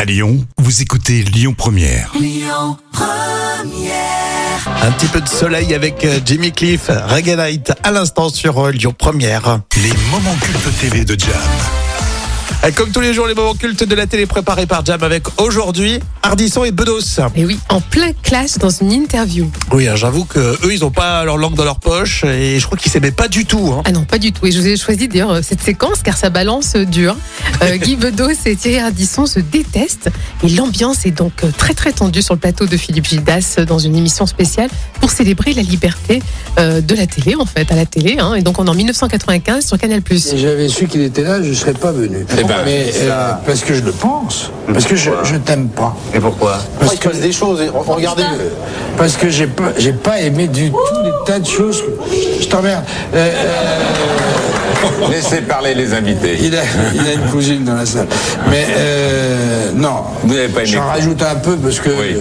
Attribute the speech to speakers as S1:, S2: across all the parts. S1: À Lyon, vous écoutez Lyon Première.
S2: Un petit peu de soleil avec euh, Jimmy Cliff, Reggae Night, à l'instant sur euh, Lyon Première.
S1: Les moments cultes TV de Jam.
S2: Et Comme tous les jours, les moments cultes de la télé préparés par Jam avec aujourd'hui Ardisson et Bedos.
S3: Et oui, en plein clash dans une interview.
S2: Oui, hein, j'avoue que eux, ils n'ont pas leur langue dans leur poche et je crois qu'ils s'aimaient pas du tout. hein.
S3: Ah non, pas du tout. Et je vous ai choisi d'ailleurs euh, cette séquence car ça balance euh, dur. Euh, Guy Bedos et Thierry Ardisson se détestent et l'ambiance est donc euh, très très tendue sur le plateau de Philippe Gildas euh, dans une émission spéciale pour célébrer la liberté euh, de la télé en fait, à la télé. hein. Et donc on est en 1995 sur Canal+.
S4: Si j'avais su qu'il était là, je ne serais pas venu. mais euh, parce que je le pense. Parce que je, je t'aime pas. Et pourquoi Parce que des choses. Regardez. Parce que j'ai pas, j'ai pas aimé du tout des tas de choses. Je t'emmerde. Euh,
S5: Laissez parler les invités.
S4: il, a, il a une cousine dans la salle. Mais euh, non.
S5: Vous n'avez pas aimé
S4: J'en
S5: quoi
S4: rajoute un peu parce que
S5: Oui.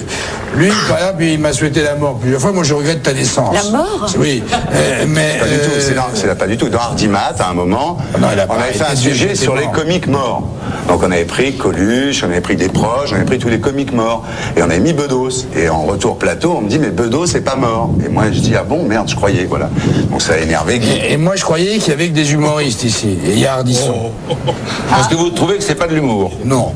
S4: lui, par exemple, il m'a souhaité la mort plusieurs fois. Moi, je regrette ta naissance. La mort Oui. euh, mais
S5: Pas du tout,
S4: euh, Ah
S5: c'est dans- c'est là pas du tout. Dans Ardimat, à un moment,
S4: Non, il a
S5: on
S4: pas
S5: avait fait un
S4: arrêté de dire qu'il
S5: sujet
S4: était
S5: sur les
S4: mort.
S5: comiques morts. Donc on avait pris Coluche, on avait pris des proches, on avait pris tous les comiques morts. Et on avait mis Bedos. Et en retour plateau, on me dit, mais Bedos, c'est pas mort. Et moi, je dis, ah bon, merde, je croyais, voilà. Donc ça a énervé Guy.
S4: Et moi, je croyais qu'il y avait que des humoristes ici. Et il y a Ardisson.
S5: Parce que vous trouvez que c'est pas de l'humour Bah,
S4: Non,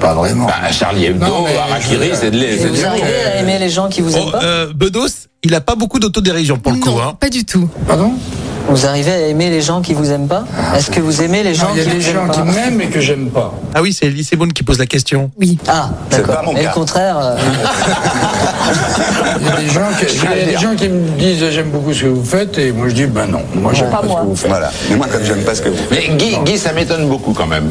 S4: pas vraiment.
S5: Charlie
S4: Non, mais Harakiri, je- c'est de
S6: Et vous arrivez à aimer les gens qui vous aiment
S2: Oh,
S6: pas
S2: euh, Bedos, il a pas beaucoup d'autodérision pour le
S3: non,
S2: coup. hein.
S3: pas du tout.
S4: Pardon
S6: Vous arrivez à aimer les gens qui vous aiment pas Est-ce que vous aimez les
S4: Ah, Non,
S6: gens
S4: il y a
S6: qui
S4: des
S6: vous aiment
S4: gens qui
S6: pas
S4: m'aiment et que j'aime pas.
S2: Ah oui, c'est Elise Boone qui pose la question.
S3: Oui.
S6: Ah,
S5: C'est pas mon
S6: d'accord. Et
S5: cas.
S6: le contraire euh,
S4: Il y a des gens qui, il y
S6: hein.
S4: a des gens qui me disent j'aime beaucoup ce que vous faites et moi je dis ben non, moi j'aime pas,
S6: Pas
S4: ce
S6: moi.
S4: que vous faites.
S5: Voilà. Mais moi, comme j'aime pas ce que vous Mais Guy, Guy ça m'étonne beaucoup quand même.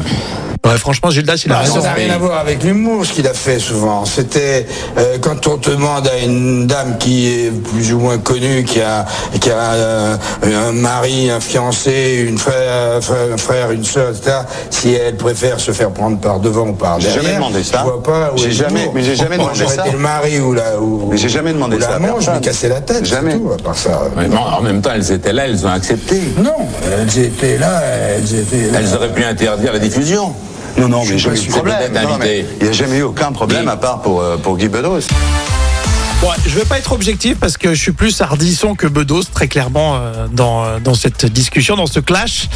S2: Ouais, franchement, Gildas, il a Bah,
S4: Ça
S2: raison.
S4: n'a rien à voir avec l'humour, ce qu'il a fait souvent. C'était euh, quand on demande à une dame qui est plus ou moins connue, qui a, qui a euh, un mari, un fiancé, une frère, un frère, une sœur, etc., si elle préfère se faire prendre par devant ou par
S5: J'ai
S4: derrière.
S5: jamais demandé ça.
S4: Je vois pas où
S5: J'ai
S4: est
S5: jamais-
S4: l'humour.
S5: mais j'ai jamais
S4: Moi,
S5: demandé
S4: j'aurais
S5: ça.
S4: été le mari ou la, ou,
S5: Mais j'ai jamais demandé
S4: ou la
S5: ça à
S4: manche, je
S5: personne.
S4: lui ai cassé la tête.
S5: Jamais.
S4: c'est Tout, à part ça.
S5: en même temps, elles étaient là, elles ont accepté.
S4: Non, elles étaient là, elles étaient là.
S5: Elles auraient pu interdire la diffusion. Non, non, mais j'ai eu problème. Non, mais Il n'y a jamais eu aucun problème à part pour, euh, pour Guy Bedos.
S2: Bon, je vais pas être objectif parce que je suis plus Ardisson que Bedos, très clairement, euh, dans, euh, dans cette discussion, dans ce clash.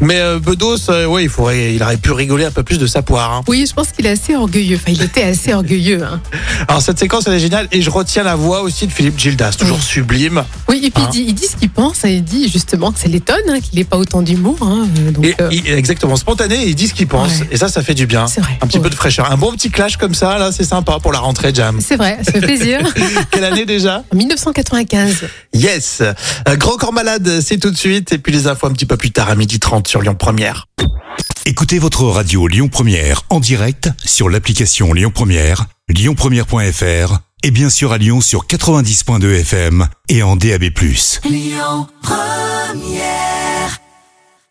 S2: Mais euh, Bedos, euh, ouais, il, faudrait, il aurait pu rigoler un peu plus de sa poire. hein.
S3: Oui, je pense qu'il est assez orgueilleux. Enfin, il était assez orgueilleux. hein.
S2: Alors, cette séquence, elle est géniale. Et je retiens la voix aussi de Philippe Gildas, toujours sublime.
S3: Oui, et puis
S2: Hein
S3: il, dit, il dit ce qu'il pense et il dit justement que ça l'étonne, hein, qu'il n'ait pas autant d'humour. hein, euh, donc,
S2: Et,
S3: euh,
S2: il- exactement, spontané, et il dit ce qu'il pense.
S3: Ouais.
S2: Et ça, ça fait du bien.
S3: C'est vrai.
S2: Un petit
S3: Ouais.
S2: peu de fraîcheur. Un bon petit clash comme ça, là, c'est sympa pour la rentrée, Jam.
S3: C'est vrai, ça fait plaisir.
S2: Quelle année déjà
S3: En 1995.
S2: Yes. Euh, Grand Corps Malade, c'est tout de suite. Et puis les infos un petit peu plus tard, à 12h30 sur Lyon Première.
S1: Écoutez votre radio Lyon Première en direct sur l'application Lyon Première, lyonpremière.fr et bien sûr à Lyon sur 90.2 FM et en DAB+.